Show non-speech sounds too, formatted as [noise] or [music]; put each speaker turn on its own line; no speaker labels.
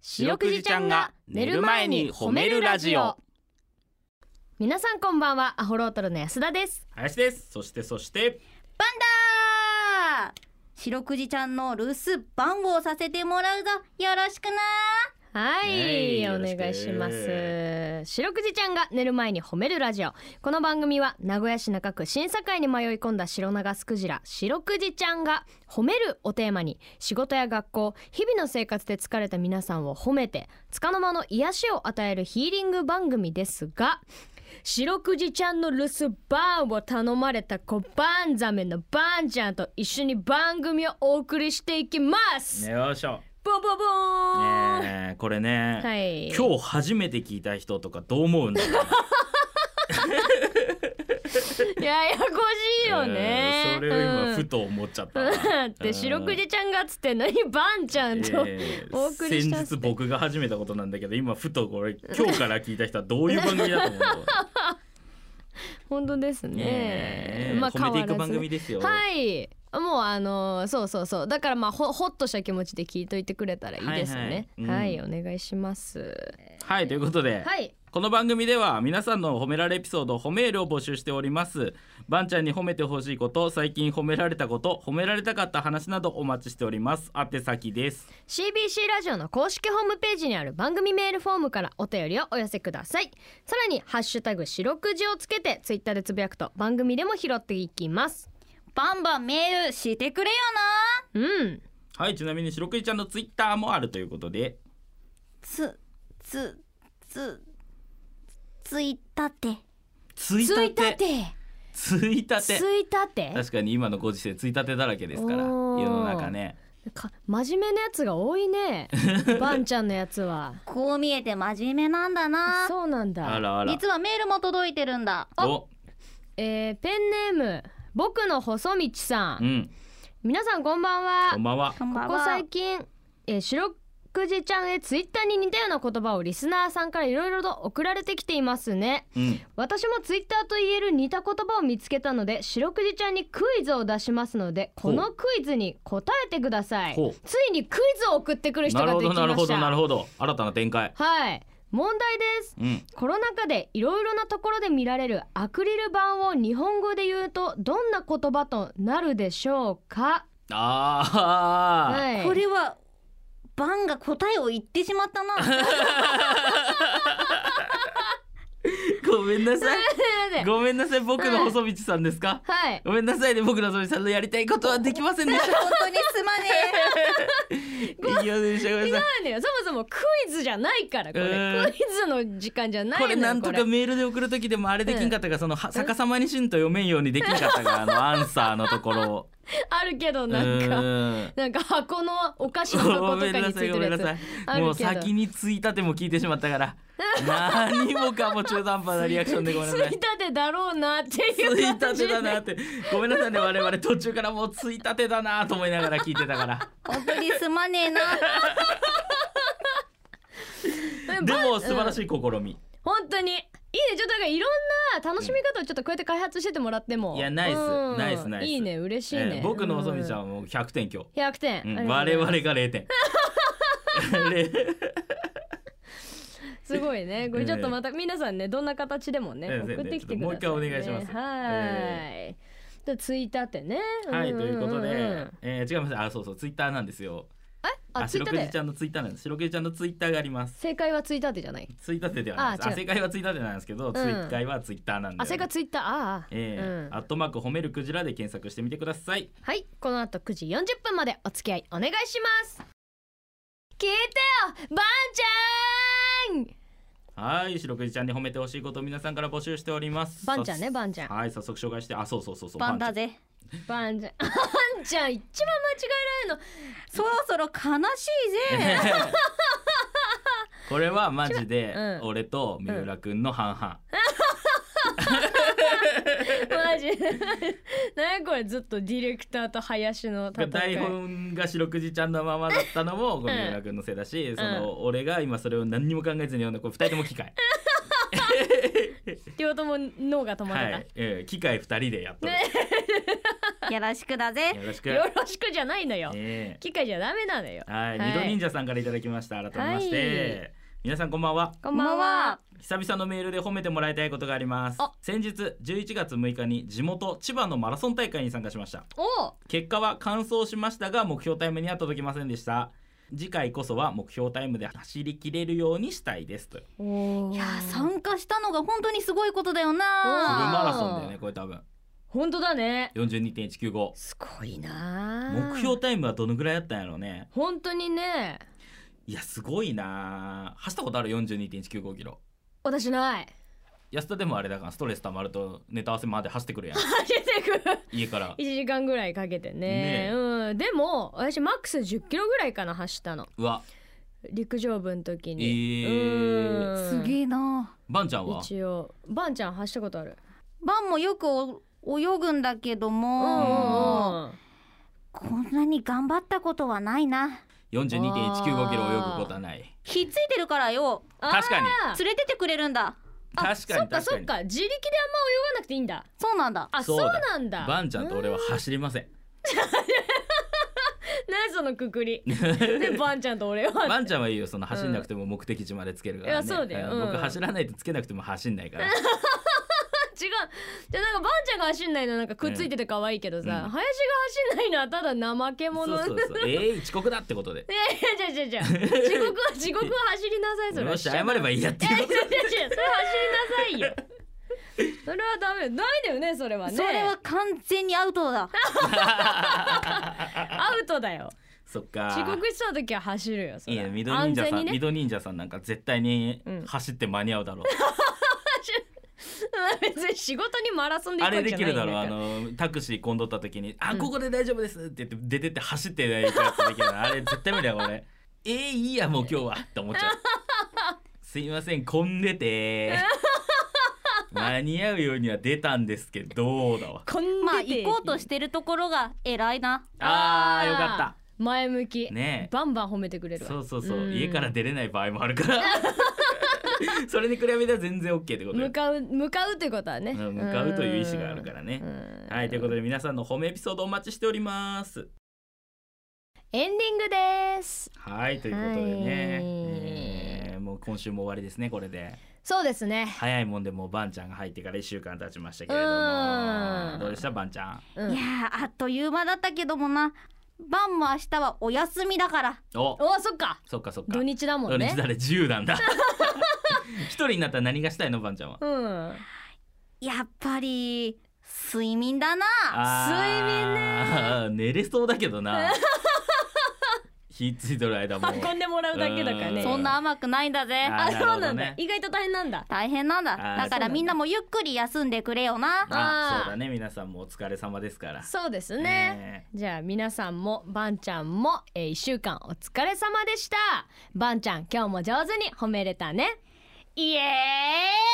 白くじちゃんが寝る前に褒めるラジオ
皆さんこんばんはアホロートルの安田です
林ですそしてそして
バンダー白くじちゃんの留守番をさせてもらうぞよろしくな
はい、
ねえ
お願いしま
よ
す白くじちゃんが寝る前に褒めるラジオこの番組は名古屋市中区審査会に迷い込んだ白長スクジラ白くじちゃんが褒めるをテーマに仕事や学校日々の生活で疲れた皆さんを褒めて束の間の癒しを与えるヒーリング番組ですが白くじちゃんの留守番を頼まれた小バンザメのバンちゃんと一緒に番組をお送りしていきます、
ねよいしょ
ボンボンボーン、
ねえこれね、
はい
今日初めて聞いた人とかどう思うんだろうね
ややこしいよね、
えーそれを今ふ
と
と思っちゃったわ
だって白くじちゃんがっつってんのにバンちゃんと、
えー
お送りしたっす
先日僕が始めたことなんだけど今ふとこれ今日から聞いた人はどういう番組だと思うの
本当です [laughs] ね
ねえ褒めていく番組ですよ
はいもうあのーそうそうそうだからまあほほっとした気持ちで聞いといてくれたらいいですね
はい
は、
はいい
お願いします
はいということで、
はい
この番組では皆さんの褒められエピソード褒めールを募集しておりますばんちゃんに褒めてほしいこと最近褒められたこと褒められたかった話などお待ちしております宛先です
CBC ラジオの公式ホームページにある番組メールフォームからお便りをお寄せくださいさらに「ハッシュタグ白くじ」をつけてツイッターでつぶやくと番組でも拾っていきます
バンバンメールしてくれよな
うん
はいちなみに白くじちゃんのツイッターもあるということで
つつつついたて
ツイ
ついた
て
て
ツイた
つ
て
いたて
確かに今のご時世ツイたてだらけですから世
おー
の中ね
か真面目なやつが多い
[laughs]
ねバンちゃんのやつは
こう見えて真面目なんだな
そうなん
あ
だ、
らあら
実はメールも届いてるんだ
お
えーペンネーム僕の細道さ
うんん
皆さんこんばんは
こんばんは
こんばん
ここ
は
最近、えー、白くじちゃんへツイッターに似たような言葉をリスナーさんからいろいろと送られてきていますね
うん
私もツイッターと言える似た言葉を見つけたので白くじちゃんにクイズを出しますのでこのクイズに答えてください
ほう
ついにクイズを送ってくる人
な
が
る
で
ほ
きま
ど
した
なるほどなるほど新たな展開
はい問題です
うん
コロナ禍でいろいろなところで見られるアクリル板を日本語で言うとどんな言葉となるでしょうか
あー
はい
これはバンが答えを言ってしまった [laughs] な
ごめんなさい
すいません
ごめんなさい僕の細道さんですか、
はい
ごめんなさいね僕の細道さんのやりたいことはできませんで
[laughs]
し
本当にすまね
たいやでしたごめ
違
ん
う
なさい
のよそもそもクイズじゃないからこれ
うーん
クイズの時間じゃないのよ
これなんと
これ
かメールで送る時でもあれできんかったが、そのは逆さまにしんと読めんようにできんかったがあのアンサーのところ
あるけどなんか
うん
なんか箱のお菓子の箱
ご
と
めん
か
な
につい
さい
て
ごめん
るや
な
つ
さ
あ
[laughs] いも
る
う
けど
先についたても聞いてしまったから何もかも中途半端なリアクションでごめんなさ
つい
い
たてだろうなって
つ
いう
い
感
たて
じで
だなってごめんなさいね我々途中からもうついたてだなと思いながら聞い
[laughs]
てたから
え [laughs] 本当にすまねえな
でも素晴らしい試み、
本当にいいねちょっとなんかいろんな楽しみ方をちょっとこうやって開発しててもらっても
いやナイス
うん
ナイスナイス
いいね嬉しいね、
えー僕のおそみちゃん
ん
はもう100点今日
100点、
うん
ありがと
我
うご
々
ざいます
が0点
[laughs]
[laughs]
すごいねこれ
えー
ちょっとまた皆さんねどんな形でもね、
えー
送ってきてください、ね、
もう一回お願いします
はい、でツイッターってね
はい
ん
とい
ん
うことで、
ん
えー違いますあそうそうツイッターなんですよ
あツイッ
白
タ
く
ー
じ
で
ちゃんのツイッターなんです白くじちゃんのツイッターがあります
正解はツイッターでじゃない
ツイッターではないです
あ
あ
違う
正解はツイッターでなんですけど、ツイッターはツイッターなんで
あ正解はツイッターああ、
えー
うん
アットマーク褒めるクジラで検索してみてください
はいこの後9時40分までお付き合いお願いします聞いてよばんちゃん
はい白くじちゃんに褒めてほしいことを皆さんから募集しております
ばんちゃんね
さ
ばんちゃん
はい早速紹介してあそうそうそうそう
バンだ
ぜ
ぜ
ばんちゃん [laughs] ばんちゃん一番間違えられるの
そろそろ悲しい [laughs] ぜ
[laughs] これはマジで
うん
俺と三浦くんの半々、
マジで [laughs] 何これずっとディレクターと林の戦い
台本が白くじちゃんのままだったのも三浦君のせいだし、その俺が今それを何にも考えずに読んだこれ二人とも機械
両方とも脳が止ま
は
らない
い、えー機械二人でやっとる、
ね
よろしくだぜ
よろしく。
よろしくじゃないのよ。
ねえ
機械じゃダメなのよ。
はい、
はい
二度忍者さんからいただきました。改めまして、
は
皆さんこんばんは。
こんばんは。
久々のメールで褒めてもらいたいことがあります
あ
先日11月6日に地元千葉のマラソン大会に参加しました
お
結果は完走しましたが目標タイムには届きませんでした次回こそは目標タイムで走り切れるようにしたいですとフル
お。
い
い
や
や
ー
さん
参加したのが本当にすごいことだよな
マラソンだよねこれ多分
本当だね。
42.195
すごいなー。
目標タイムはどのぐらいだったんやろうね
本当にね。
いやすごいなあ走ったことある42.195キロ
私ない。
安田でもあれだからストレス溜まるとネタ合わせまで走って
[laughs]
くるやん
走ってくる。
家から
一時間ぐらいかけて
ね
ね。
え
うん。でも私マックス10キロぐらいかな走ったの。
うわ
陸上部の時に。
えー
うん
すげえな
バンちゃんは
一応バンちゃん走ったことある。
バンもよくお泳ぐんだけど
ん
もこんなに頑張ったことはないな
42.195キロ泳ぐことはない
ひっついてるからよ
確かに
あー
連れてってくれるんだ
あ
確かに確か
そ
に
っかそっか自力であんま泳がなくていいんだ
そうなんだ
あ
そ
そうう
だ
なんだ
バンちゃんと俺
は
は走りません
[laughs] 何そのくく
[laughs]
りでバンちゃんと俺は
バンちゃんはいいよその走んなくても目的地までつけるからね、
いやそうだようん
僕走らないとつけなくても走んないから
[laughs] 違うじゃあなんかバンちゃんが走んないのなんかくっついてて可愛いけどさ、
うん
林が走んないのはただ怠け
そう
者
そうそうえー、遅刻だってことで
[laughs] いやいやいやいやいや遅刻は遅刻は走りなさい [laughs] それ
よし謝れば
いい
いいやっ
[laughs]
て
やい
い
や
う
いやいやそれ走
[laughs]
りなさいよそれはダメないだよねそれはね
それは完全にアウトだ
アウトだよ
そっか
遅刻した時は走るよそ
い
れ
やミド忍者
安
さん、
全に
ミ
ね
ド忍者さんなんか絶対に
うん
走って間に合うだろう、
[laughs] 別に仕事にマラソンで
あ
行く
れ
わけ
で
じゃな
き
い
る
んだ
だ
か
ろう
ら
あのタクシー混んどった時に「あ
うん
ここで大丈夫です」って言って出てって走ってないやつできるのあれ [laughs] 絶対無理だよ俺えー、いいやもう今日はって思っち
[laughs]
ゃうすいません混んでて間に合うようには出たんですけどだわ
こん
まあ
な
行こうとしてるところが偉いな
あーよか
前向き、
ねえ
バンバン褒めてくれ
った
るわ
そうそうそう、
ん
家から出れない場合もあるから
[laughs]
それに比べたら全然 OK ってことよ
向かう向かうということはね
うん向かうという意思があるからね
うん
はいということで皆さんの褒めエピソードお待ちしております
エンディングです
はいということでね、
はい
えーもう今週も終わりですねこれで
そうですね
早いもんでもうバンちゃんが入ってから1週間経ちましたけれど
う
も
ん
どうでしたバンちゃん
うん
いやーあっという間だったけどもなバンも明日はお休みだから
お
おそっか
そっかそっか
土日だも
土
んね
日だれ自由なんだ一人になったら何がしたいのバンちゃ
[laughs]
んは
うん
やっぱり睡眠だな
あー寝れそうだけ
[laughs]
どな火ついとる間も
運んでもらうだけだから
う
ね
そんな甘くないんだぜ
あ
あ
なるほ
そ
どね
うなんだ意外と大変なんだ
大変なんだ
あー
だからみんなもゆっくり休んでくれよな
あ
あー
そうだね皆さんもお疲れ様ですから
そうですね、じゃあ皆さんもバンちゃんも、えー、1週間お疲れ様でしたバンちゃん今日も上手に褒めれたね
イエーイ